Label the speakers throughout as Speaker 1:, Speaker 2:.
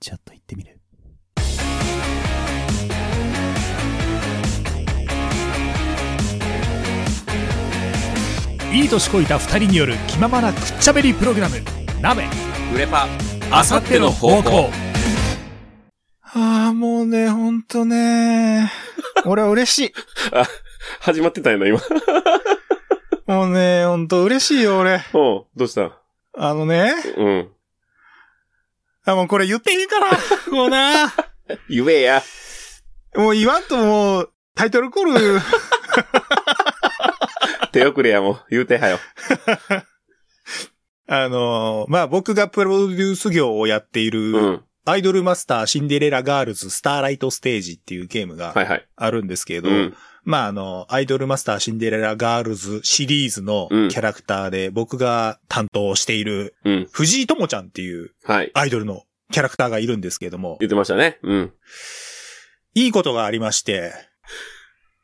Speaker 1: ちらっと行ってみる。いい年こいた二人による気ままなくっちゃべりプログラム、鍋、
Speaker 2: 売れパあさっての方向。
Speaker 1: ああ、もうね、ほんとね。俺は嬉しい。
Speaker 2: 始まってたよな、今。
Speaker 1: もうね、ほんと嬉しいよ、俺。
Speaker 2: おうどうした
Speaker 1: あのね。
Speaker 2: うん。
Speaker 1: あ、もうこれ言っていいから。もうな。
Speaker 2: 言え や。
Speaker 1: もう言わんともう、タイトルコー ル、
Speaker 2: 手遅れやもう。言うてはよ。
Speaker 1: あの、まあ、僕がプロデュース業をやっていうる、
Speaker 2: ん。
Speaker 1: アイドルマスターシンデレラガールズスターライトステージっていうゲーム
Speaker 2: は
Speaker 1: が
Speaker 2: いはい。
Speaker 1: あるんですけれど、
Speaker 2: うん。
Speaker 1: まあ、あの、アイドルマスターシンデレラガールズシリーズのキ
Speaker 2: うん
Speaker 1: ャラクターで僕が担当している
Speaker 2: うん。
Speaker 1: 藤井友ちゃんっていう
Speaker 2: はい。
Speaker 1: アイドルのキャラクターがいるんですけれども、
Speaker 2: 言ってましたね。うん。
Speaker 1: いいことがありまして、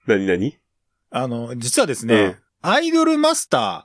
Speaker 2: なになに
Speaker 1: あの、実はですね、アイドルマスター、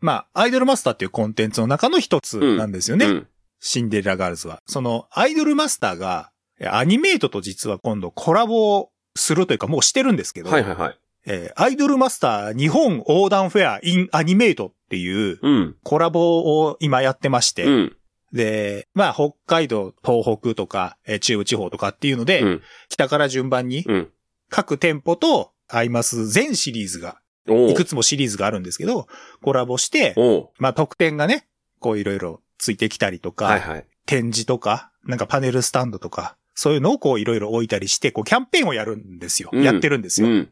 Speaker 1: まあ、アイドルマスターっていうコンテンツの中の一つなんですよね。
Speaker 2: うん。
Speaker 1: シンデレラガールズは。その、アイドルマスターが、えアニメートと実は今度コラボをするというかもうしてるんですけど、
Speaker 2: はいはいはい。
Speaker 1: えーアイドルマスター日本横断フェア in アニメートっていう
Speaker 2: うん。
Speaker 1: コラボを今やってまして、
Speaker 2: うん。
Speaker 1: で、まあ、北海道、東北とか、えー中部地方とかっていうので、
Speaker 2: うん
Speaker 1: 北から順番に
Speaker 2: うん。
Speaker 1: 各店舗とアイマス全シリーズが、
Speaker 2: おう
Speaker 1: いくつもシリーズがあるんですけど、コラボして、
Speaker 2: おう
Speaker 1: まあ、特典がね、こういろいろついてきたりとか、
Speaker 2: はいはい。
Speaker 1: 展示とか、なんかパネルスタンドとか、そういうのをこういろいろ置いたりして、こうキャンペーンをやるんですよ。
Speaker 2: うん
Speaker 1: やってるんです
Speaker 2: う
Speaker 1: よ。
Speaker 2: ん。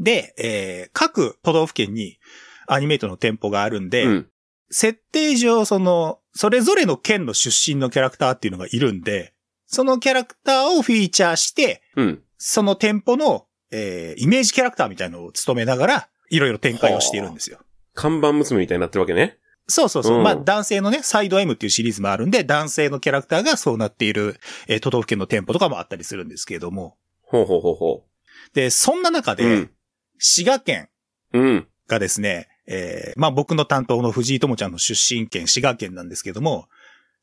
Speaker 1: で、えー各都道府県にアニメートの店舗があるんで、
Speaker 2: うん。
Speaker 1: 設定上、その、それぞれの県の出身のキャラクターっていうのがいるんで、そのキャラクターをフィーチャーして、
Speaker 2: うん。
Speaker 1: その店舗の、えーイメージキャラクターみたいのを務めながら、いろいろ展開をしているんですよ。
Speaker 2: 看板娘みたいになってるわけね。
Speaker 1: そうそうそう。
Speaker 2: うん
Speaker 1: まあ、男性のね、サイド M っていうシリーズもあるんで、男性のキャラクターがそうなっている、えー都道府県の店舗とかもあったりするんですけれども。
Speaker 2: ほうほうほうほ
Speaker 1: で、そんな中
Speaker 2: う。
Speaker 1: で、
Speaker 2: うん。
Speaker 1: 滋賀県
Speaker 2: うん。
Speaker 1: がですね、えーまあ僕の担当の藤井友ちゃんの出身県、滋賀県なんですけども、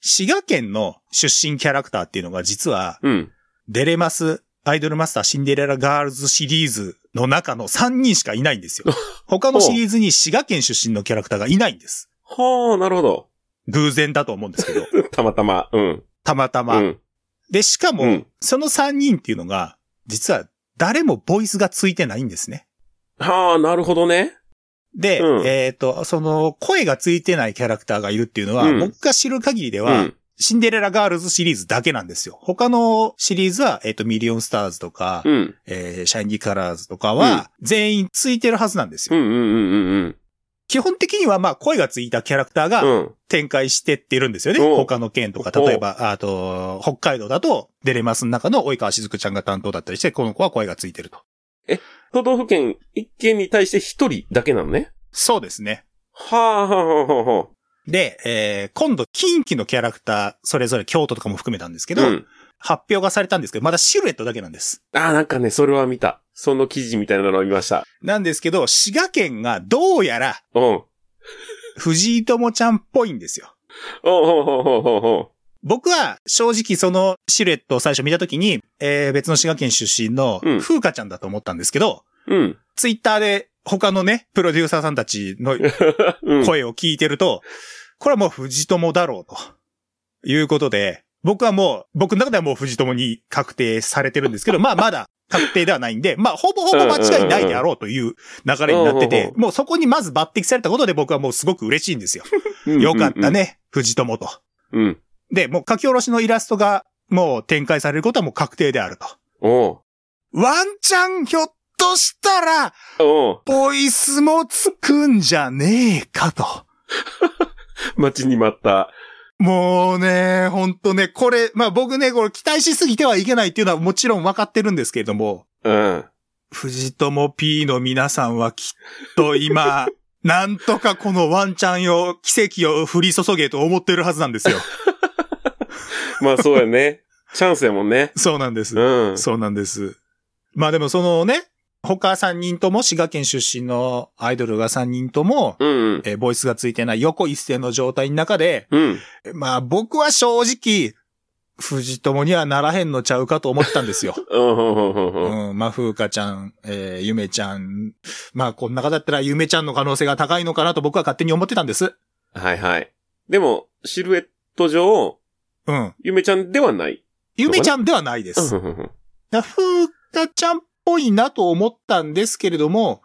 Speaker 1: 滋賀県の出身キャラクターっていうのが実は、
Speaker 2: うん。
Speaker 1: デレマス、アイドルマスター、シンデレラガールズシリーズの中の3人しかいないん ですよ。他のシリーズに滋賀県出身のキャラクターがいないんです。
Speaker 2: はあ、なるほど。
Speaker 1: 偶然だと思うんですけど、
Speaker 2: たまたま。うん。
Speaker 1: たまたま。
Speaker 2: うん。
Speaker 1: で、しかも、
Speaker 2: うん
Speaker 1: その3人っていうのが、実は誰もボイスがついてないんですね。
Speaker 2: はあ、なるほどね。
Speaker 1: で、
Speaker 2: うん
Speaker 1: えっ、と、その声がついてないキャラクターがいるっていうのは、
Speaker 2: うん
Speaker 1: 僕が知る限りで
Speaker 2: う
Speaker 1: は、
Speaker 2: ん。
Speaker 1: シンデレラガールズシリーズだけなんですよ。他のシリーズは、えっ、と、ミリオンスターズとか、
Speaker 2: うん。
Speaker 1: えーシャイニーカラーズとかは、全員ついてるはずなんです
Speaker 2: う
Speaker 1: よ。
Speaker 2: んうんうんうん
Speaker 1: 基本的には、まあ、声がついたキャラクター
Speaker 2: う
Speaker 1: が
Speaker 2: ん。うん。
Speaker 1: 展開してってるんですよね。
Speaker 2: おう
Speaker 1: 他の県とか、例えば、あと、北海道だと、デレマスの中の及川しずくちゃんが担当だったりして、この子は声がついてると。
Speaker 2: 都道府県一県に対して一人だけなのね。
Speaker 1: そうですね。
Speaker 2: はあ、はあ、はあ、は
Speaker 1: で、えー今度、近畿のキャラクター、それぞれ京都とかも含めたんですけ
Speaker 2: あ。
Speaker 1: ど、
Speaker 2: うん。
Speaker 1: 発表がされたんですけど、まだシルエットだけなんです。
Speaker 2: ああ、なんかね、それは見た。その記事みたいなのを見ました。
Speaker 1: なんですけど、滋賀県がどうやら
Speaker 2: うん。おう
Speaker 1: 藤井友ちゃんっぽいんですよ。
Speaker 2: おうおうおうおうお
Speaker 1: 僕は正直そのシルエットを最初見たときに、えー別の滋賀県出身の
Speaker 2: うん
Speaker 1: 風花ちゃんだと思ったんですけど、
Speaker 2: う。うん。
Speaker 1: ツイッターで他のね、プロデューサーさんたちの
Speaker 2: うん。
Speaker 1: 声を聞いてると、これはもう藤友だろうと。いうことで、僕はもう、僕の中ではもう藤友に確定されてるんですけど、まあまだ確定ではないんで、まあほぼほぼ間違いないであろうという流れになって
Speaker 2: うんうん
Speaker 1: て
Speaker 2: う、ん
Speaker 1: もうそこにまず抜擢されたことで僕はもうすごく嬉しいんですよ。
Speaker 2: うん
Speaker 1: よかった。ね、藤友と。
Speaker 2: うん。
Speaker 1: で、もう書き下ろしのイラストがもう展開されることはもう確定であると。
Speaker 2: おう
Speaker 1: ワンチャンひょっとしたら、
Speaker 2: おう
Speaker 1: ボイスもつくんじゃねえかと。
Speaker 2: 待ちに待った。
Speaker 1: もうね、ほんとね、これ、まあ僕ね、これ期待しすぎてはいけないっていうのはもちろん分かってるんですけれども、
Speaker 2: うん。
Speaker 1: 藤友 P の皆さんはきっと今、 なんとかこのワンチャンを、奇跡を降り注げと思ってるはずなんですよ。
Speaker 2: まあそう やね。チャンスやもんね。
Speaker 1: そうなんです。
Speaker 2: うん。
Speaker 1: そうなんです。まあでもそのね、他3人とも滋賀県出身のアイドルが3人とも、
Speaker 2: うんうん。
Speaker 1: えーボイスがついてない横一線の状態の中で、
Speaker 2: うん。
Speaker 1: まあ僕は正直、藤友にはならへんのちゃうかと思ったんですよ。
Speaker 2: うん、うん、 うん、うん。
Speaker 1: うん、まあ、風花ちゃん、えー、ゆめちゃん。まあ、こんな方だったらゆめちゃんの可能性が高いのかなと僕は勝手に思ってたんです。
Speaker 2: はいはい。でも、シルエット上、
Speaker 1: うん。
Speaker 2: ゆめちゃんではない。
Speaker 1: ゆめちゃんではないで
Speaker 2: う
Speaker 1: す。
Speaker 2: んうんうん
Speaker 1: だ風花ちゃんっぽいなと思ったんですけれども、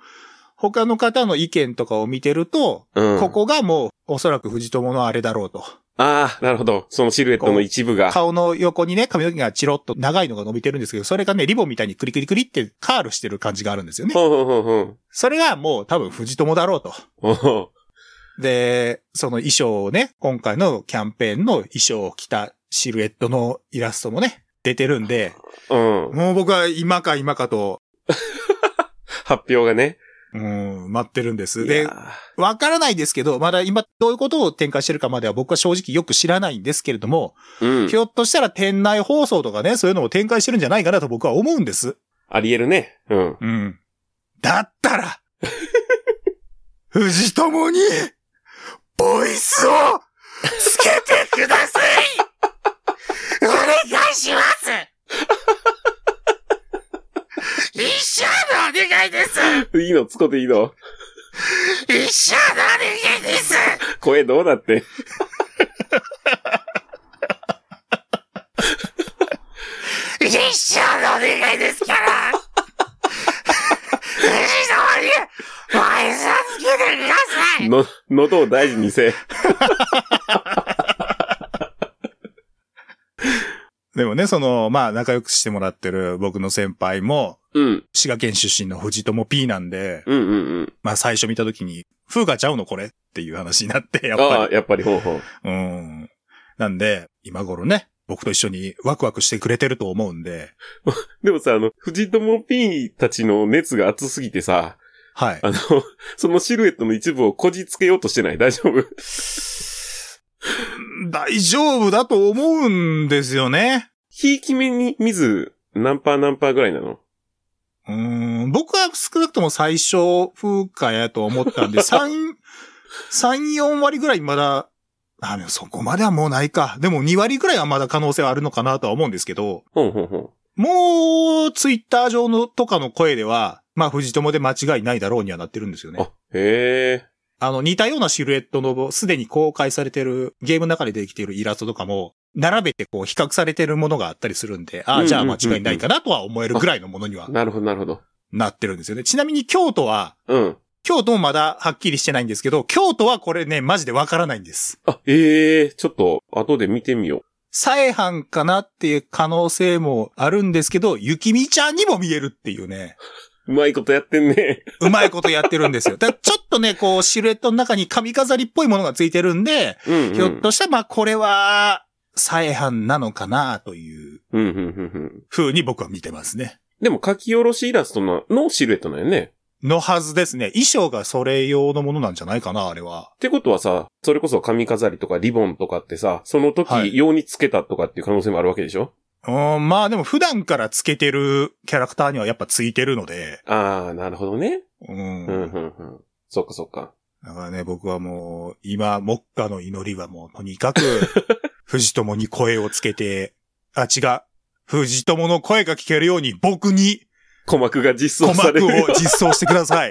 Speaker 1: 他の方の意見とかを見てると、
Speaker 2: うん。
Speaker 1: こ。こがもうおそらく藤友のあれだろうと。
Speaker 2: ああ、なるほど。そのシルエットの一部が。
Speaker 1: 顔の横にね、髪の毛がチロッと長いのが伸びてるんですけど、それがね、リボンみたいにクリクリクリってカールしてる感じがあるんですよね。
Speaker 2: ほうほうほうほう
Speaker 1: それがもう多分藤友だろうと。
Speaker 2: ほうほ
Speaker 1: で、その衣装をね、今回のキャンペーンの衣装を着たシルエットのイラストもね、出てるんで、
Speaker 2: う。うん。
Speaker 1: もう僕は今か今かと、
Speaker 2: 発表がね。
Speaker 1: うん、待ってるんです。
Speaker 2: い
Speaker 1: で
Speaker 2: や、ー
Speaker 1: わからないですけど、まだ今どういうことを展開してるかまでは僕は正直よく知らないんですけれども、
Speaker 2: うん
Speaker 1: ひ。ょっとしたら店内放送とかね、そういうのも展開してるんじゃないかなと僕は思うんです。
Speaker 2: ありえるね。うん。
Speaker 1: うん。だったら、 藤友に、ボイスを、つけてくださいお願いします一生のお願いです
Speaker 2: いいの、つこていいの。
Speaker 1: 一生のお願いです
Speaker 2: 声どうだって。
Speaker 1: 一生のお願いですから藤友に、ボイスをつけてください
Speaker 2: の、喉を大事にせ。
Speaker 1: でもね、その、まあ、仲良くしてもらってる僕の先輩も、
Speaker 2: うん。
Speaker 1: 滋賀県出身の藤友 P なんで、
Speaker 2: うんうんうん。
Speaker 1: まあ、最初見た時に、風がちゃうのこれっていう話になって、やっ
Speaker 2: あ
Speaker 1: ぱ
Speaker 2: あ、やっぱりほうほう。
Speaker 1: り。うん。なんで、今頃ね、僕と一緒にワクワクしてくれてると思うんで、
Speaker 2: でもさ、あの、藤友 P たちの熱が熱すぎてさ、
Speaker 1: はい。
Speaker 2: あの、 そのシルエットの一部をこじつけようとしてない大丈夫
Speaker 1: 大丈夫だと思うんですよね。
Speaker 2: ひいき目に見ず、何パー何パーぐらいなの
Speaker 1: うん、僕は少なくとも最初、風化やと思ったんで、3、3、4割ぐらいまだ、あ、でもそこまではもうないか。でも2割ぐらいはまだ可能性はあるのかなとは思うんですけど、
Speaker 2: ほんほんほん。
Speaker 1: もう、ツイッター上のとかの声では、まあ、藤友で間違いないだろうにはなってるんですよね。
Speaker 2: あ、へえ。
Speaker 1: あの、似たようなシルエットの、すでに公開されてる、ゲームの中で出てきているイラストとかも、並べてこう、比較されてるものがあったりするんで、あ
Speaker 2: うん
Speaker 1: あ、
Speaker 2: うんうんうん
Speaker 1: じゃあ間違いないかなとは思えるぐらいのものには
Speaker 2: なるほどなるほど。
Speaker 1: なってるんですよね。ちなみに京都は、
Speaker 2: うん。
Speaker 1: 京都もまだはっきりしてないんですけど、京都はこれね、マジでわからないんです。
Speaker 2: あ、ええちょっと、後で見てみよ
Speaker 1: 再犯かなっていう可能性もあるんですけど、雪見ちゃんにも見えるっていうね。
Speaker 2: う。うまいことやってんね。
Speaker 1: うまいことやってるんですよ。だからちょっとね、こう、シルエットの中に髪飾りっぽいものがついてるんで、
Speaker 2: うん、うん。
Speaker 1: ひょっとしたら、まあ、これは、再犯なのかな、という
Speaker 2: うん、うん、うん、うん。
Speaker 1: 風に僕は見てますね。
Speaker 2: でも書き下ろしイラストの、のシルエットなんよね。
Speaker 1: のはずですね。衣装がそれ用のものなんじゃないかな、あれは。
Speaker 2: ってことはさ、それこそ髪飾りとかリボンとかってさ、その
Speaker 1: はい
Speaker 2: 時用につけたとかっていう可能性もあるわけでしょ、
Speaker 1: うん、まあでも普段からつけてるキャラクターにはやっぱついてるので、
Speaker 2: ああ、なるほどね。
Speaker 1: うん。
Speaker 2: うん、うん、うん。そっかそっか。
Speaker 1: だからね、僕はもう、今、目下の祈りはもう、とにかく、 藤友に声をつけて、あ、違う。藤友の声が聞けるように、僕に、
Speaker 2: 鼓膜が実
Speaker 1: 鼓
Speaker 2: 装され
Speaker 1: 膜
Speaker 2: るよ
Speaker 1: を。実装してくだ さい。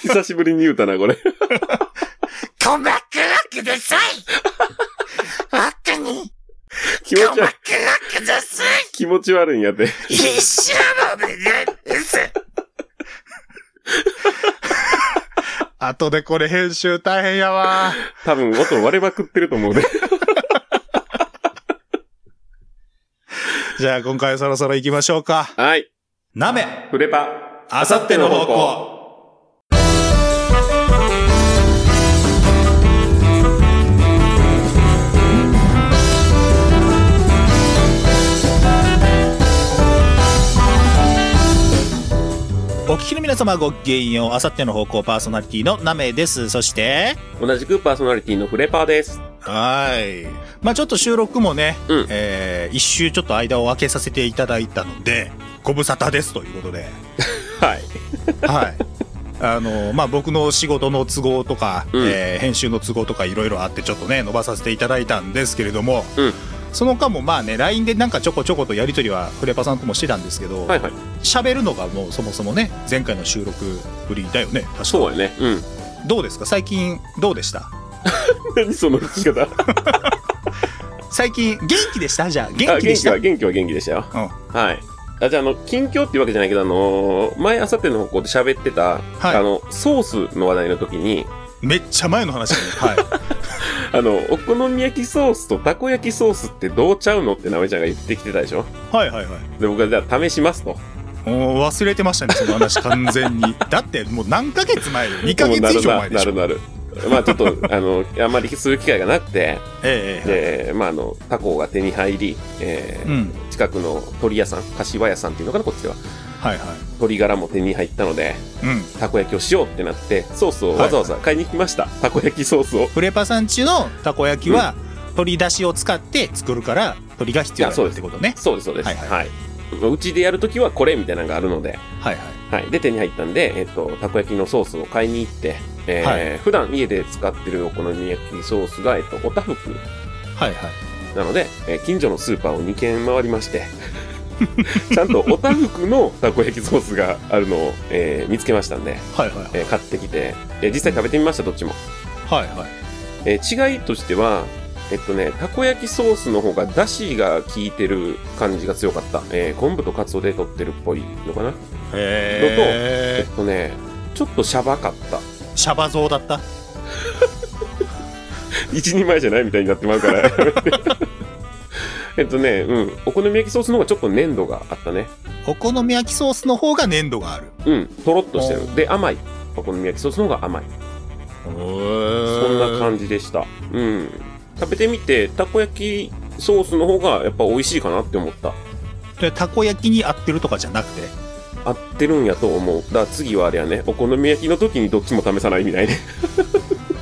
Speaker 2: 久しぶりに言うたな、こ れ。
Speaker 1: 鼓膜をください僕に
Speaker 2: 気持ち悪い、
Speaker 1: をください
Speaker 2: 気持ち悪いんやって。
Speaker 1: 一生のお願いです後でこれ編集大変やわ。
Speaker 2: 多分音割れまくってると思うね。
Speaker 1: じゃあ今回そろそろ行きましょうか。
Speaker 2: はい。
Speaker 1: なめ、
Speaker 2: フレパ。
Speaker 1: あさっての方向。お聞きの皆様ごきげんよう。あさっての方向パーソナリティのなめです。そして、
Speaker 2: 同じくパーソナリティのフレパーです。
Speaker 1: はい。まあちょっと収録もね、
Speaker 2: うん
Speaker 1: えー一周ちょっと間を空けさせていただいたので、ご無沙汰ですということで。
Speaker 2: はい。
Speaker 1: はい。あのまあ、僕の仕事の都合とか、
Speaker 2: うん
Speaker 1: えー編集の都合とかいろいろあってちょっとね伸ばさせていただいたんですけれども、
Speaker 2: うん
Speaker 1: その間もまあね、LINE でなんかちょこちょことやりとりはフレパさんともしてたんですけど、
Speaker 2: はいはい。
Speaker 1: 喋、るのがもうそもそもね、前回の収録ぶりだよね。確か
Speaker 2: そうやね。うん。
Speaker 1: どうですか最近どうでした
Speaker 2: 何その聞き方。
Speaker 1: 最近元気でしたじゃあ、
Speaker 2: あ
Speaker 1: 元気でした
Speaker 2: は、元気は元気でしたよ。
Speaker 1: うん
Speaker 2: はい。あ、じゃあ、あの、近況っていうわけじゃないけど、あのー前、あさっての方向で喋ってた、
Speaker 1: はい
Speaker 2: あの、ソースの話題の時に、
Speaker 1: めっちゃ前の話だね。はい。
Speaker 2: あの、お好み焼きソースとたこ焼きソースってどうちゃうのってなめちゃんが言ってきてたでしょ
Speaker 1: はいはいはい。
Speaker 2: で、僕はじゃあ試しますと。
Speaker 1: もう忘れてましたね、その話完全 に。だってもう何ヶ月前よ。2ヶ月以上前でしょ。
Speaker 2: もうなるななるなる。まあちょっと、あの、あんまりする機会がな くて、
Speaker 1: えええ
Speaker 2: で、まああの、タコが手に入り、え
Speaker 1: え。う
Speaker 2: ー
Speaker 1: ん。
Speaker 2: 近くの鳥屋さん、柏屋さんっていうのかな、こっちでは。
Speaker 1: はいはい。
Speaker 2: 鶏ガラも手に入ったので、
Speaker 1: うん。
Speaker 2: たこ焼きをしようってなって、ソースをわざわざ買いに来ました。たこ焼きソースを。
Speaker 1: フレパさんちのたこ焼きは、鶏だしを使って作るから、鶏が必要
Speaker 2: あそう
Speaker 1: だっ
Speaker 2: です
Speaker 1: てことね。
Speaker 2: そうです、そうです。
Speaker 1: は
Speaker 2: はいい、
Speaker 1: は
Speaker 2: はいいうちでやるときはこれみたいなのがあるので、
Speaker 1: はいはい。
Speaker 2: はい。で、手に入ったんで、えっと、たこ焼きのソースを買いに行って、えー
Speaker 1: は
Speaker 2: 普段家で使ってるお好み焼きソースが、えっと、おたふく
Speaker 1: はいはい。
Speaker 2: なので、えー近所のスーパーを2軒回りま して、ちゃんとおたふくのたこ焼きソースがあるのを、えー見つけましたんで、
Speaker 1: はいはい。
Speaker 2: えー買ってきて、えー実際食べてみました、どっちも。
Speaker 1: はいはい。
Speaker 2: えー違いとしては、えっとね、たこ焼きソースの方が出汁が効いてる感じが強かった。えー昆布とカツオで取ってるっぽいのかな。え
Speaker 1: へ
Speaker 2: っとね、ちょっとシャバかった。
Speaker 1: ーシャバ像だった
Speaker 2: 一人前じゃないみたいになってまうから。 えっとね、うん。お好み焼きソースの方がちょっと粘度があったね。
Speaker 1: お好み焼きソースの方が粘度がある。
Speaker 2: うん。とろっとしてる。で、甘い。お好み焼きソースの方が甘い。
Speaker 1: そ
Speaker 2: そん
Speaker 1: ん
Speaker 2: な
Speaker 1: じ。
Speaker 2: 感じでした。うん。食べてみて、たこ焼きソースの方がやっぱ美味しいかなって思った。
Speaker 1: でたこ焼きに合ってるとかじゃなくて。
Speaker 2: 合ってるんやと思う。だから次はあれやね、お好み焼きの時にどっちも試さないみたいね。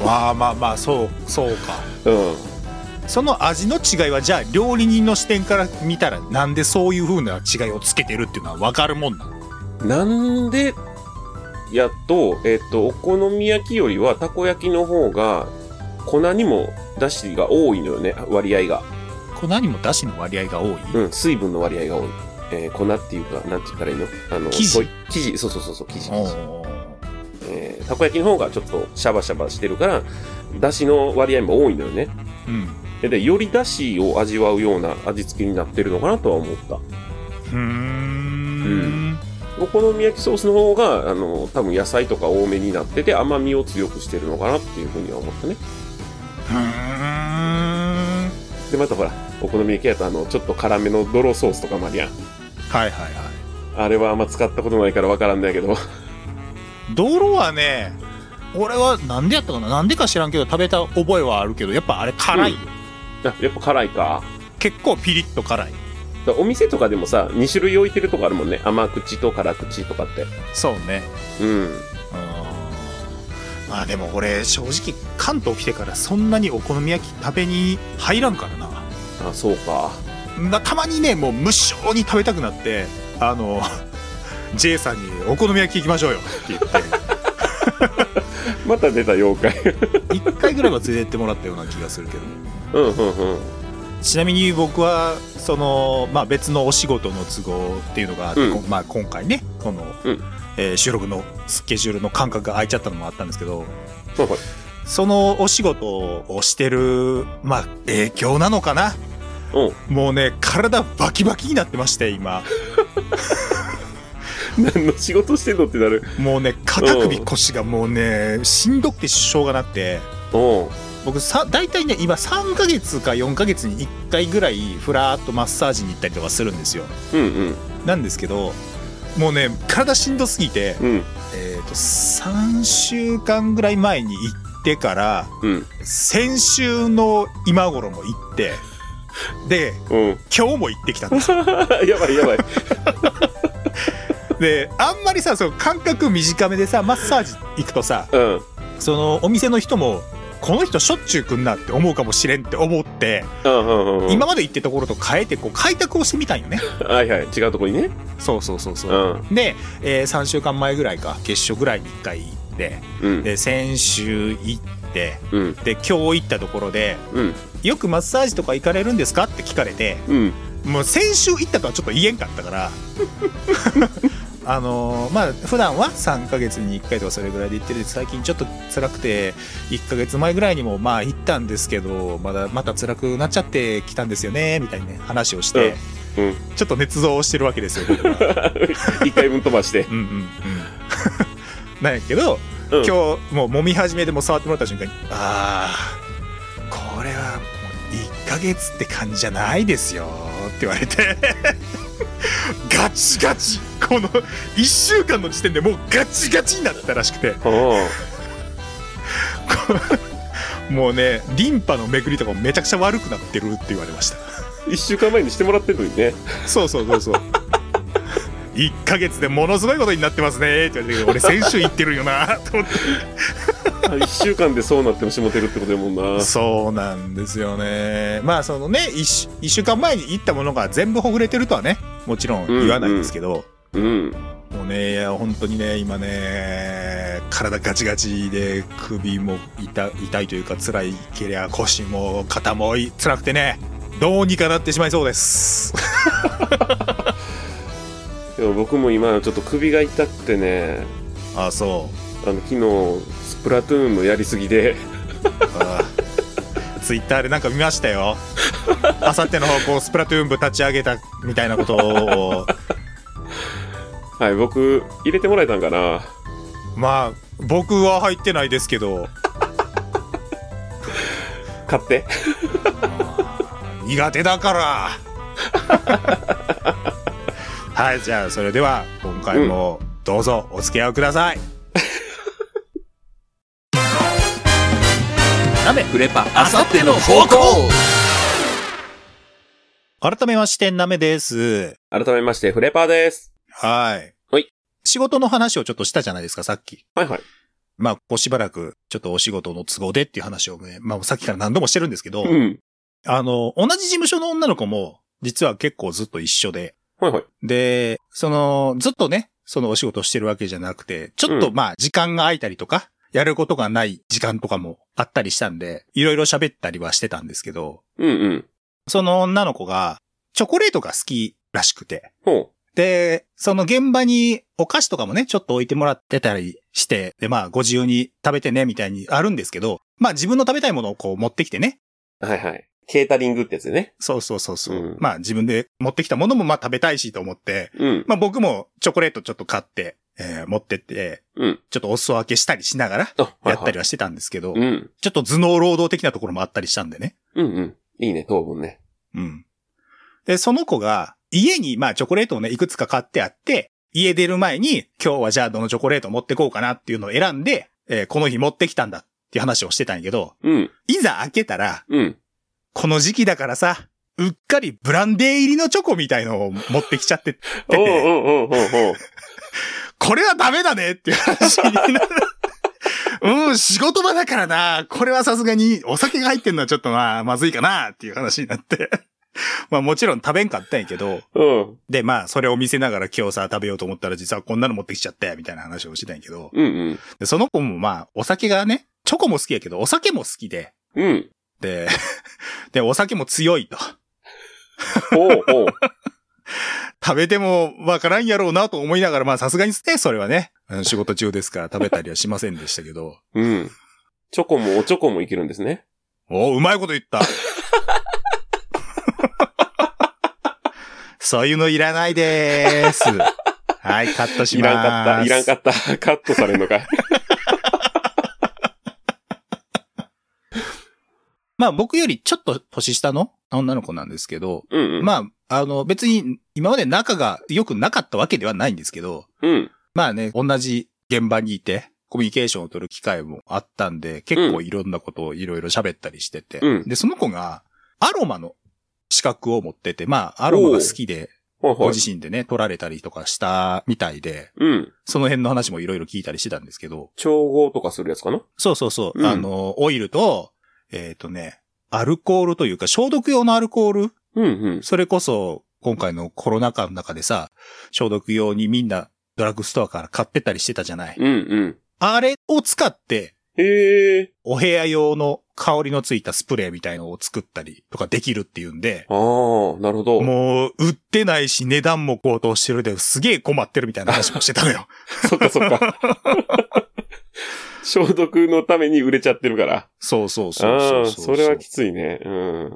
Speaker 1: まあまあまあ、そう、そうか。
Speaker 2: うん。
Speaker 1: その味の違いは、じゃあ、料理人の視点から見たら、なんでそういう風な違いをつけてるっていうのはわかるもんなの
Speaker 2: なんで、やっと、えっ、と、お好み焼きよりはたこ焼きの方が、粉にも出汁が多いのよね、割合が。
Speaker 1: 粉にも出汁の割合が多い。
Speaker 2: うん、水分の割合が多い。えー粉っていうか、なんて言ったらいいのあの、
Speaker 1: 生地
Speaker 2: ぽい生地、そうそうそうそう、生地。
Speaker 1: おー
Speaker 2: えーたこ焼きの方がちょっとシャバシャバしてるから、出汁の割合も多いのよね。
Speaker 1: うん。
Speaker 2: でで、より出汁を味わうような味付けになってるのかなとは思った。
Speaker 1: うーん。
Speaker 2: お好み焼きソースの方が、あの、多分野菜とか多めになってて甘みを強くしてるのかなっていうふうには思ったね。
Speaker 1: うーん
Speaker 2: で、またほら、お好み焼きやとあの、ちょっと辛めの泥ソースとかもありやん。
Speaker 1: はいはいはい。
Speaker 2: あれはあんま使ったことないからわからんだけど。
Speaker 1: 道路はね、俺はなんでやったかななんでか知らんけど食べた覚えはあるけど、やっぱあれ辛いよ。
Speaker 2: あ、やっぱ辛いか。
Speaker 1: 結構ピリッと辛い。
Speaker 2: だお店とかでもさ、2種類置いてるとこあるもんね。甘口と辛口とかって。
Speaker 1: そうね。
Speaker 2: うん。
Speaker 1: うーんまあでも俺、正直関東来てからそんなにお好み焼き食べに入らんからな。
Speaker 2: あ、そうか。
Speaker 1: なたまにねもう無性に食べたくなってあの J さんに「お好み焼き行きましょうよ」って言っ
Speaker 2: また出た妖怪。
Speaker 1: て一回ぐらいは連れてってもらったような気がするけど
Speaker 2: うん、うん、うん。
Speaker 1: ちなみに僕はその、まあ、別のお仕事の都合っていうのがあって、
Speaker 2: うん
Speaker 1: こんまあ、今回ねこの、
Speaker 2: うん
Speaker 1: えー収録のスケジュールの間隔が空いちゃったのもあったんですけど
Speaker 2: はいはい
Speaker 1: そのお仕事をしてる、まあ、影響なのかな
Speaker 2: うん。
Speaker 1: もうね体バキバキになってまして今
Speaker 2: 何の仕事してんのってなる。
Speaker 1: もうね肩首腰がもうねしんどくてしょうがなくて
Speaker 2: うん。
Speaker 1: 僕さ大体ね今3ヶ月か4ヶ月に1回ぐらいふらーっとマッサージに行ったりとかするんですよ
Speaker 2: うん、うん。
Speaker 1: なんですけどもうね体しんどすぎて、
Speaker 2: うん。
Speaker 1: えー、と3週間ぐらい前に行ってから
Speaker 2: うん。
Speaker 1: 先週の今頃も行ってで
Speaker 2: うん。
Speaker 1: 今日も行ってきたん です
Speaker 2: やばいやばい。
Speaker 1: であんまりさその間隔短めでさマッサージ行くとさ
Speaker 2: うん。
Speaker 1: そのお店の人もこの人しょっちゅう来んなって思うかもしれんって思って、
Speaker 2: うんうんうん。
Speaker 1: 今まで行ってたところと変えてこう開拓をしてみたんよね
Speaker 2: はいはい。違うとこにね。
Speaker 1: そうそうそうそうう、
Speaker 2: ん。
Speaker 1: で、え3週間前ぐらいか月初ぐらいに1回行って
Speaker 2: うん。
Speaker 1: で先週行って
Speaker 2: うん。
Speaker 1: で今日行ったところで
Speaker 2: うん。
Speaker 1: よくマッサージとか行かれるんですかって聞かれて、
Speaker 2: うん。
Speaker 1: もう先週行ったとはちょっと言えんかったから あのーまあ普段は3ヶ月に1回とかそれぐらいで行ってるんです最近ちょっと辛くて1ヶ月前ぐらいにもまあ行ったんですけどまだまた辛くなっちゃってきたんですよねみたいな、ね、話をして、
Speaker 2: うんうん
Speaker 1: ちょっと捏造をしてるわけですよ僕は
Speaker 2: 一回分飛 ばして。
Speaker 1: うんうんうんなんやけど
Speaker 2: うん、
Speaker 1: 今日もう揉み始めでもう触ってもらった瞬間にああこれはもう1ヶ月って感じじゃないですよって言われて ガチガチこの1週間の時点でもうガチガチになったらしくて
Speaker 2: は
Speaker 1: もうねリンパの巡りとかもめちゃくちゃ悪くなってるって言われました
Speaker 2: あ、一週間前にしてもらってるの にね。
Speaker 1: そうそう そうそう1ヶ月でものすごいことになってますねって言われて俺先週行ってるよなと思って
Speaker 2: あ一週間でそうなってもしもてるってことやもんな。
Speaker 1: そうなんですよね。まあそのね1、一一週間前に行ったものが全部ほぐれてるとはね、もちろん言わないんですけど、
Speaker 2: うん。
Speaker 1: もうね、いや本当にね、今ね、体ガチガチで首も痛痛いというか辛いけりゃ腰も肩もい辛くてね、どうにかなってしまいそうです。
Speaker 2: でも僕も今ちょっと首が痛くてね、
Speaker 1: あ、そ
Speaker 2: あの昨日スプラトゥーンのやりすぎで、
Speaker 1: う。あ ツイッターでなんか見ましたよ。あさっての方向スプラトゥーン部立ち上げたみたいなことを
Speaker 2: はい、僕入れてもらえたんかな。
Speaker 1: まあ僕は入ってないですけど
Speaker 2: 買って。
Speaker 1: 苦手だ からはいじゃあそれでは今回もどうぞお付き合いください、鍋
Speaker 3: フレパあさっての方向
Speaker 1: 改めまして鍋です
Speaker 2: 改めまして、フレパーです。
Speaker 1: はい
Speaker 2: はい
Speaker 1: 仕事の話をちょっとしたじゃないですかさっき
Speaker 2: はいはい。
Speaker 1: まあここしばらくちょっとお仕事の都合でっていう話をねまあさっきから何度もしてるんですけど、
Speaker 2: うん。
Speaker 1: あの同じ事務所の女の子も実は結構ずっと一緒で
Speaker 2: はいはい。
Speaker 1: で、その、ずっとね、そのお仕事をしてるわけじゃなくて、ちょっ
Speaker 2: う
Speaker 1: と
Speaker 2: ん
Speaker 1: まあ時間が空いたりとか、やることがない時間とかもあったりしたんで、いろいろ喋ったりはしてたんですけど、
Speaker 2: うんうん。
Speaker 1: その女の子がチョコレートが好きらしくて、
Speaker 2: ほ
Speaker 1: で、その現場にお菓子とかもね、ちょっと置いてもらってたりして、で、まあご自由に食べてね、みたいにあるんですけど、まあ自分の食べたいものをこう持ってきてね、
Speaker 2: う。はいはい。ケータリングってやつね。
Speaker 1: そうそうそうそう、
Speaker 2: うん
Speaker 1: まあ自分で持ってきたものもまあ食べたいしと思って、
Speaker 2: うん。
Speaker 1: まあ僕もチョコレートちょっと買って、えー持ってって、
Speaker 2: うん。
Speaker 1: ちょっとお裾分けしたりしながら、
Speaker 2: あ、はいはい。
Speaker 1: やったりはしてたんですけど、
Speaker 2: うん。
Speaker 1: ちょっと頭脳労働的なところもあったりしたんでね。
Speaker 2: うんうん。いいね、当分ね。
Speaker 1: うん。で、その子が、家にまあチョコレートをね、いくつか買ってあって、家出る前に、今日はじゃあどのチョコレート持ってこうかなっていうのを選んで、えーこの日持ってきたんだっていう話をしてたんやけど、
Speaker 2: うん。
Speaker 1: いざ開けたら、
Speaker 2: うん。
Speaker 1: この時期だからさ、うっかりブランデー入りのチョコみたいのを持ってきちゃってて
Speaker 2: おうおうおうおうおう。
Speaker 1: これはダメだねっていう話になる。うん、仕事場だからな。これはさすがにお酒が入ってんのはちょっとな、まずいかなっていう話になって。まあもちろん食べんかったんやけど、
Speaker 2: うん。
Speaker 1: でまあそれを見せながら今日さ食べようと思ったら実はこんなの持ってきちゃったよみたいな話をしてたんやけど、
Speaker 2: うんうん。
Speaker 1: でその子もまあお酒がね、チョコも好きやけどお酒も好きで、
Speaker 2: うん。
Speaker 1: で、 でお酒も強いと。
Speaker 2: おうおう。
Speaker 1: 食べてもわからんやろうなと思いながらまあさすがにね、それはね、うん仕事中ですから食べたりはしませんでしたけど、
Speaker 2: うん。チョコもおチョコもいけるんですね。
Speaker 1: おうまいこと言 った。そういうのいらないでーす。はい、カットし
Speaker 2: い
Speaker 1: ま
Speaker 2: らんかった。
Speaker 1: ーす。
Speaker 2: いらんかった。 カットされるのか。
Speaker 1: まあ僕よりちょっと年下の女の子なんですけど、
Speaker 2: うんうん。
Speaker 1: まあ、あの別に今まで仲が良くなかったわけではないんですけど、
Speaker 2: うん。
Speaker 1: まあね、同じ現場にいて、コミュニケーションを取る機会もあったんで、結構いろんなことをいろいろ喋ったりしてて、
Speaker 2: うん
Speaker 1: で、その子がアロマの資格を持ってて、まあアロマが好きで、
Speaker 2: ほ
Speaker 1: ご
Speaker 2: いほい。
Speaker 1: 自身でね、取られたりとかしたみたいで、
Speaker 2: うん。
Speaker 1: その辺の話もいろいろ聞いたりしてたんですけど、
Speaker 2: 調合とかするやつかな
Speaker 1: そうそうそう、
Speaker 2: うん
Speaker 1: あの、オイルと、えっ、とね、アルコールというか消毒用のアルコール、
Speaker 2: うんうん。
Speaker 1: それこそ今回のコロナ禍の中でさ、消毒用にみんなドラッグストアから買ってたりしてたじゃない。
Speaker 2: うんうん。
Speaker 1: あれを使って、
Speaker 2: へえ。
Speaker 1: お部屋用の香りのついたスプレーみたいのを作ったりとかできるっていうんで、
Speaker 2: ああ、なるほど。
Speaker 1: もう、売ってないし、値段も高騰してるで、すげえ困ってるみたいな話もしてたのよ。
Speaker 2: そっかそ っか。消毒のために売れちゃってるから。
Speaker 1: そうそうそ
Speaker 2: あ
Speaker 1: うそう
Speaker 2: あー、
Speaker 1: そう
Speaker 2: それはきついね。うん。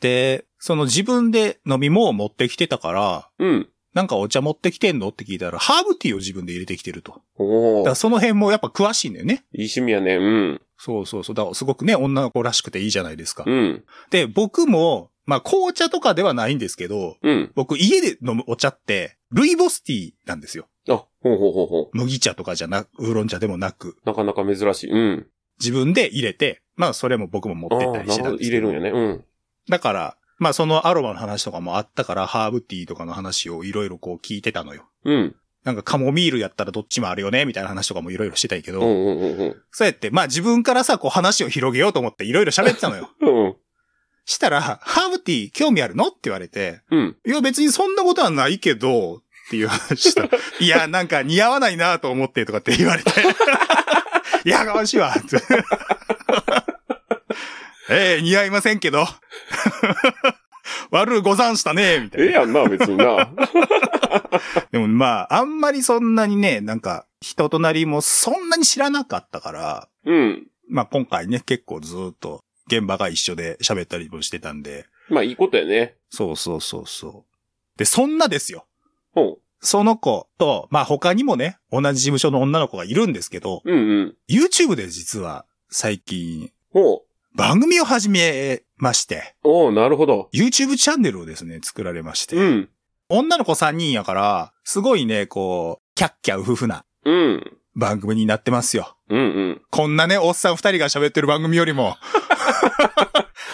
Speaker 1: で、その自分で飲み物を持ってきてたから、
Speaker 2: うん。
Speaker 1: なんかお茶持ってきてんのって聞いたら、ハーブティーを自分で入れてきてると。
Speaker 2: お
Speaker 1: だ
Speaker 2: お
Speaker 1: から。その辺もやっぱ詳しいんだよね。
Speaker 2: いい趣味やね。うん。
Speaker 1: そうそうそう。だからすごくね、女の子らしくていいじゃないですか。
Speaker 2: うん。
Speaker 1: で、僕も、まあ紅茶とかではないんですけど、
Speaker 2: うん。
Speaker 1: 僕家で飲むお茶って、ルイボスティーなんですよ。
Speaker 2: あ、ほうほうほうほう。
Speaker 1: 麦茶とかじゃなく、ウーロン茶でもなく、
Speaker 2: なかなか珍しい。うん。
Speaker 1: 自分で入れて、まあそれも僕も持
Speaker 2: あ
Speaker 1: っ
Speaker 2: あ
Speaker 1: てった
Speaker 2: ー、なる
Speaker 1: りしてた
Speaker 2: ほ
Speaker 1: ん
Speaker 2: ど。
Speaker 1: です
Speaker 2: 入
Speaker 1: け
Speaker 2: れ
Speaker 1: ど。
Speaker 2: るんやね。うん。
Speaker 1: だから、まあそのアロマの話とかもあったから、ハーブティーとかの話をいろいろこう聞いてたのよ。
Speaker 2: うん。
Speaker 1: なんかカモミールやったらどっちもあるよね、みたいな話とかもいろいろしてたんやけど、
Speaker 2: うんうんうん
Speaker 1: そうやって、まあ自分からさ、こう話を広げようと思っていろいろ喋ってたのよ。
Speaker 2: うん。うん。
Speaker 1: したら、ハーブティー興味あるのって言われて、
Speaker 2: うん。
Speaker 1: いや別にそんなことはないけど、っていう話したら。いや、なんか似合わないなと思ってとかって言われて。いや、かましいわ。ってええ似合いませんけど。悪うござんしたね、みた
Speaker 2: え
Speaker 1: い
Speaker 2: え
Speaker 1: な。
Speaker 2: やんな、別に な。
Speaker 1: でもまあ、あんまりそんなにね、なんか、人となりもそんなに知らなかったから、
Speaker 2: うん。
Speaker 1: まあ今回ね、結構ずーっと現場が一緒で喋ったりもしてたんで、
Speaker 2: まあ、いいことやね。
Speaker 1: そうそうそうそう。で、そんなですよ。
Speaker 2: ほ
Speaker 1: その子と、まあ他にもね、同じ事務所の女の子がいるんですけど、
Speaker 2: う。うんうん。
Speaker 1: YouTube で実は最近
Speaker 2: ほう。
Speaker 1: 番組を始めまして、
Speaker 2: おおなるほど。
Speaker 1: YouTube チャンネルをですね、作られまして、
Speaker 2: うん。
Speaker 1: 女の子3人やから、すごいね、こう、キャッキャウフフな
Speaker 2: うん。
Speaker 1: 番組になってますよ。
Speaker 2: うんうん。
Speaker 1: こんなね、おっさん2人が喋ってる番組より も、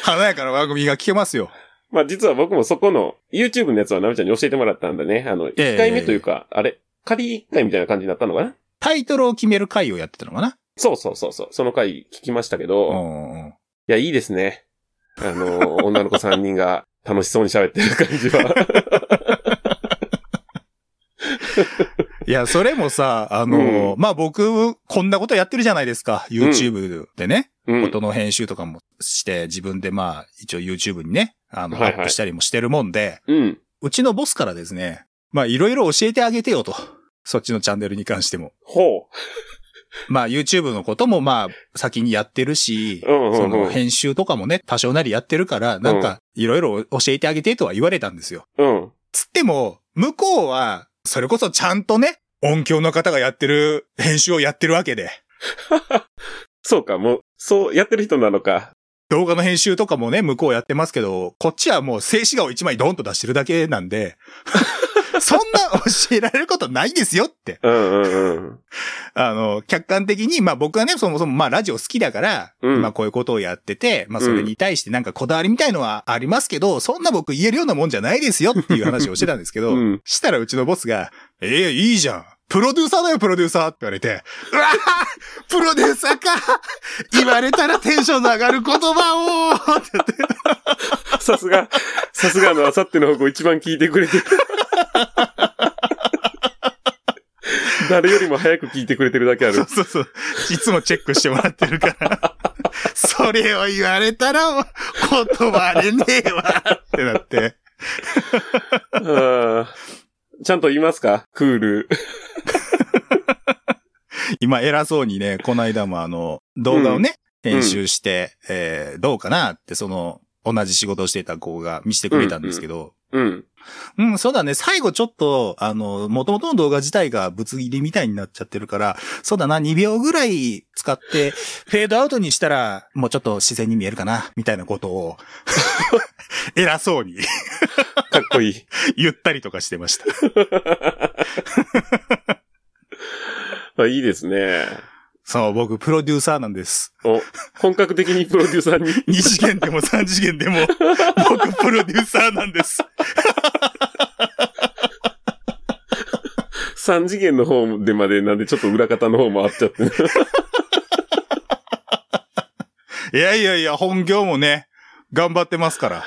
Speaker 1: 華やかな番組が聞けますよ。
Speaker 2: まあ、実は僕もそこの YouTube のやつはなめちゃんに教えてもらったんでね。あの、
Speaker 1: ええ
Speaker 2: 1回目というか、あれ、仮1回みたいな感じになったのかな
Speaker 1: タイトルを決める回をやってたのかな
Speaker 2: そうそうそうそう。その回聞きましたけど、
Speaker 1: う
Speaker 2: い
Speaker 1: んうんうん。
Speaker 2: や、いいですね。あの、女の子3人が楽しそうに喋ってる感じ は。
Speaker 1: いや、それもさ、あの、
Speaker 2: う
Speaker 1: まあ、僕、こんなことやってるじゃないですか。YouTube でね、
Speaker 2: うん。
Speaker 1: 音の編集とかもして、自分でまあ、一応 YouTube にね、あの、
Speaker 2: はいはい
Speaker 1: アップしたりもしてるもんで、
Speaker 2: うん。
Speaker 1: うちのボスからですね、まあ、いろいろ教えてあげてよと。そっちのチャンネルに関しても。
Speaker 2: ほ
Speaker 1: まあ、YouTube のこともまあ、先にやってるし、
Speaker 2: うんうんうん
Speaker 1: その編集とかもね、多少なりやってるから、なんか、いろいろ教えてあげてとは言われたんですよ。
Speaker 2: う。うん。
Speaker 1: つっても、向こうは、それこそちゃんとね、音響の方がやってる、編集をやってるわけで、
Speaker 2: そうか、もう、そうやってる人なのか。
Speaker 1: 動画の編集とかもね、向こうやってますけど、こっちはもう静止画を一枚ドンと出してるだけなんで、 そんな教えられることないですよって。
Speaker 2: うんうんうん。
Speaker 1: あの、客観的に、まあ僕はね、そもそもまあラジオ好きだから、
Speaker 2: うん
Speaker 1: まあこういうことをやってて、まあそれに対してなんかこだわりみたいのはありますけど、そんな僕言えるようなもんじゃないですよっていう話をしてたんですけど、
Speaker 2: うん
Speaker 1: したらうちのボスが、ええいいじゃん。プロデューサーだよ、プロデューサーって言われて、うわぁプロデューサーか言われたらテンションの上がる言葉をって
Speaker 2: さすが、 さすがあの、あさっての方向一番聞いてくれてる。 誰よりも早く聞いてくれてるだけあ
Speaker 1: そう。
Speaker 2: る
Speaker 1: そうそう。いつもチェックしてもらってるから。それを言われたら、断れねえわってなって。
Speaker 2: あーちゃんと言いますかクール。
Speaker 1: 今偉そうにね、この間もあの、動画をね、
Speaker 2: ん
Speaker 1: 編集して、えー、どうかなって、その、同じ仕事をしていた子が見せてくれたんですけど、
Speaker 2: うん。
Speaker 1: うん、そうだね、最後ちょっと、あの、元々の動画自体がぶつ切りみたいになっちゃってるから、そうだな、2秒ぐらい使って、フェードアウトにしたら、もうちょっと自然に見えるかな、みたいなことを、 偉そうに
Speaker 2: かっこいい。
Speaker 1: 言ったりとかしてました。
Speaker 2: あいいですね。
Speaker 1: そう、僕、プロデューサーなんです。
Speaker 2: お、本格的にプロデューサーに。
Speaker 1: 2次元でも3次元でも、僕プロデューサーなんです。
Speaker 2: 3次元の方でまでなんでちょっと裏方の方もあっちゃって。
Speaker 1: いやいやいや、本業もね、頑張ってますから。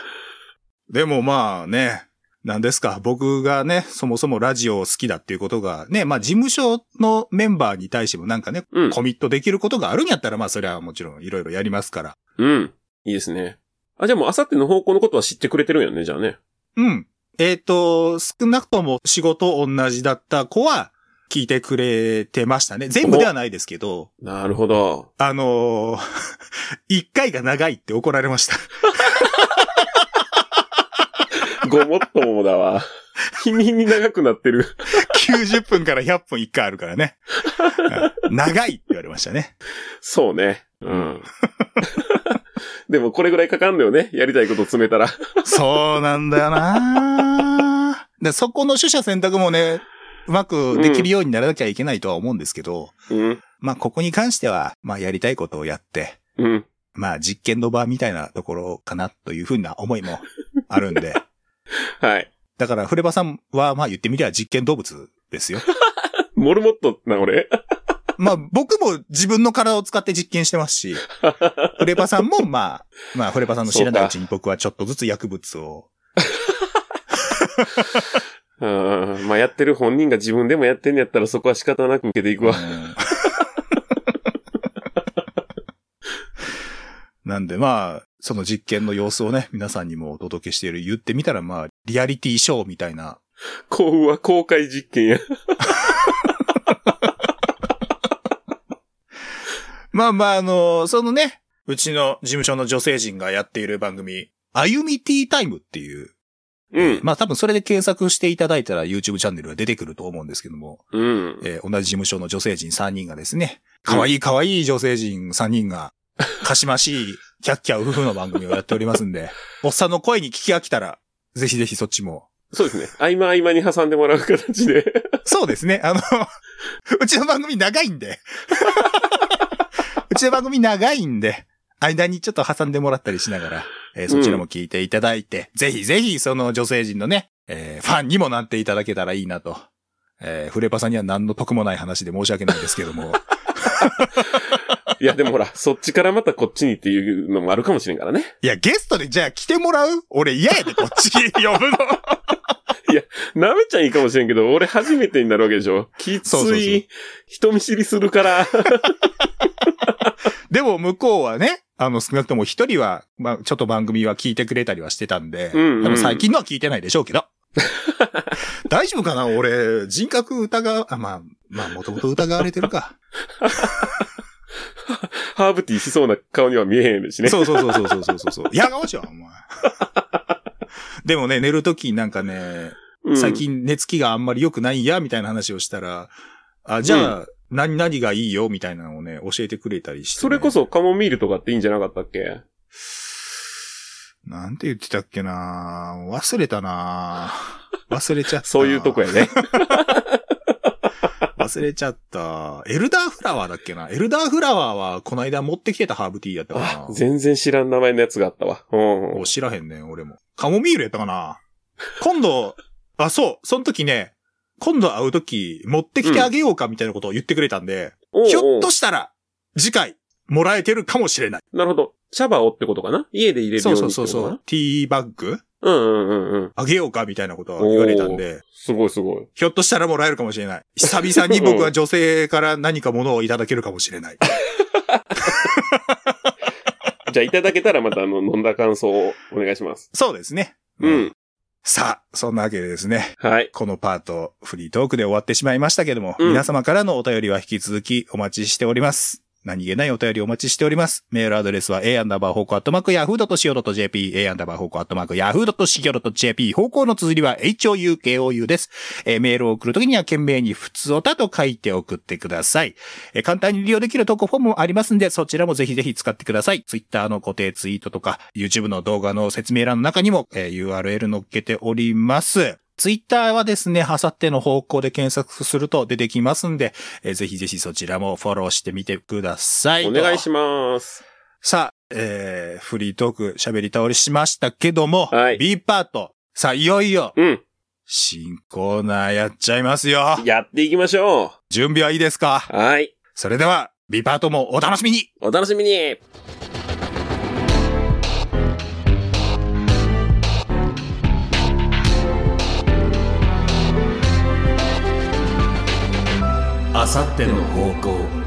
Speaker 1: でもまあね、なんですか、僕がね、そもそもラジオを好きだっていうことが、ね、まあ事務所のメンバーに対してもなんかね、
Speaker 2: うん
Speaker 1: コミットできることがあるんやったら、まあそれはもちろんいろいろやりますから。
Speaker 2: うん。いいですね。あ、じゃあもうあさっての方向のことは知ってくれてるんやね、じゃあね。
Speaker 1: うん。えっ、と、少なくとも仕事同じだった子は聞いてくれてましたね。全部ではないですけど、
Speaker 2: なるほど。
Speaker 1: あのー 一回が長いって怒られました。
Speaker 2: ごもっともだわ。日に日に長くなってる。
Speaker 1: 90分から100分一回あるからね。うん長いって言われましたね。
Speaker 2: そうね。うん。でもこれぐらいかかんだよね。やりたいこと詰めたら。
Speaker 1: そうなんだよなでそこの取捨選択もね、うまくできるようにならなきゃいけないとは思うんですけど、
Speaker 2: うん。
Speaker 1: まあここに関しては、まあやりたいことをやって、
Speaker 2: うん。
Speaker 1: まあ実験の場みたいなところかなというふうな思いもあるんで。
Speaker 2: はい。
Speaker 1: だから、フレバさんは、まあ言ってみりゃ実験動物ですよ。
Speaker 2: モルモットな、俺。
Speaker 1: まあ僕も自分の体を使って実験してます し、フレバさんもまあ、まあフレバさんの知らないうちに僕はちょっとずつ薬物を、
Speaker 2: うん。まあ、やってる本人が自分でもやってんのやったらそこは仕方なく受けていくわ。
Speaker 1: うんなんでまあ、その実験の様子をね、皆さんにもお届けしている言ってみたらまあ、リアリティショーみたいな
Speaker 2: 幸運は公開実験や。
Speaker 1: まあまあ、あの、そのね、うちの事務所の女性陣がやっている番組、あゆみティータイムっていう、
Speaker 2: うん。
Speaker 1: まあ多分それで検索していただいたら YouTube チャンネルが出てくると思うんですけども、
Speaker 2: うん。
Speaker 1: えー同じ事務所の女性陣3人がですね、可愛い可愛い女性陣3人が、かしましい、キャッキャウフフの番組をやっておりますんで、おっさんの声に聞き飽きたら、ぜひぜひそっちも。
Speaker 2: そうですね。合間合間に挟んでもらう形で。
Speaker 1: そうですね、あの、 うちの番組長いんで。 うちの番組長いんで、間にちょっと挟んでもらったりしながら、えーそちらも聞いていただいて、ぜひぜひその女性陣のね、えーファンにもなっていただけたらいいなと。えーフレパさんには何の得もない話で申し訳ないんですけども。
Speaker 2: いや、でもほら、そっちからまたこっちにっていうのもあるかもしれんからね。
Speaker 1: いや、ゲストでじゃあ来てもらう俺嫌やで、こっち 呼ぶの。
Speaker 2: なめちゃんいいかもしれんけど、俺初めてになるわけでしょ。きつい。
Speaker 1: そうそうそう
Speaker 2: 人見知りするから。
Speaker 1: でも向こうはね、あの、少なくとも一人は、まあ、ちょっと番組は聞いてくれたりはしてたんで、
Speaker 2: うんうん
Speaker 1: 多分最近のは聞いてないでしょうけど。 大丈夫かな俺、人格疑う、あ、まあ、まあ、もともと疑われてるか。
Speaker 2: ハーブティーしそうな顔には見えへんしね。
Speaker 1: そうそうそうそうそうそうそう。やがましいわ、お前。 でもね、寝るときなんかね、
Speaker 2: うん
Speaker 1: 最。近寝つきがあんまり良くないんや、みたいな話をしたら、あ、じゃあ、何々がいいよ、みたいなのをね、教えてくれたりして、
Speaker 2: それこ
Speaker 1: そ。
Speaker 2: そカモミールとかっていいんじゃなかったっけ
Speaker 1: なんて言ってたっけな忘れたな忘れちゃった。
Speaker 2: そういうとこやね。
Speaker 1: 忘れちゃった。エルダーフラワーだっけなエルダーフラワーは、この間持ってきてたハーブティーだった
Speaker 2: あ
Speaker 1: か、な
Speaker 2: 全然知らん名前のやつがあったわ。うんうん
Speaker 1: お。知らへんねん、俺も。カモミールやったかな今度、あ、そう、その時ね、今度会う時、持ってきてあげようかみたいなことを言ってくれたんで、
Speaker 2: おうおう
Speaker 1: ひょっとしたら、次回、もらえてるかもしれない。
Speaker 2: なるほど。茶葉をってことかな家で入れるよ
Speaker 1: そうう
Speaker 2: に
Speaker 1: そ
Speaker 2: っ
Speaker 1: う
Speaker 2: て
Speaker 1: そ
Speaker 2: こ
Speaker 1: うそ
Speaker 2: とかな
Speaker 1: う。ティーバッグ
Speaker 2: うんうんうんうん。
Speaker 1: あげようかみたいなことは言われたんで、
Speaker 2: すごいすごい。
Speaker 1: ひょっとしたらもらえるかもしれない。久々に僕は女性から何かものをいただけるかもしれない。
Speaker 2: じゃあいただけたらまたあの飲んだ感想をお願いします。
Speaker 1: そうですね。
Speaker 2: うん。
Speaker 1: さあ、そんなわけでですね、
Speaker 2: はい。
Speaker 1: このパート、フリートークで終わってしまいましたけども、
Speaker 2: うん
Speaker 1: 皆様からのお便りは引き続きお待ちしております。何気ないお便りお待ちしております。メールアドレスは a アンダーバー方向アットマーク yahoo.co.jp、a アンダーバー方向アットマーク yahoo.co.jp、方向の綴りは houkou です。えーメールを送るときには懸命に普通おたと書いて送ってください。えー簡単に利用できる投稿フォームもありますんで、そちらもぜひぜひ使ってください。Twitter の固定ツイートとか、YouTube の動画の説明欄の中にも、えー URL 載っけております。Twitter はですね、あさっての方向で検索すると出てきますんで、えーぜひぜひそちらもフォローしてみてください。
Speaker 2: お願いします。
Speaker 1: さあ、えー、フリートーク喋り倒れしましたけども、
Speaker 2: はい
Speaker 1: B パート、さあ、いよいよ、
Speaker 2: うん。
Speaker 1: 新コーナーやっちゃいますよ。
Speaker 2: やっていきましょ
Speaker 1: 準備はいいですか
Speaker 2: う。はい。
Speaker 1: それでは、B パートもお楽しみに
Speaker 2: お楽しみに
Speaker 3: あさっての方向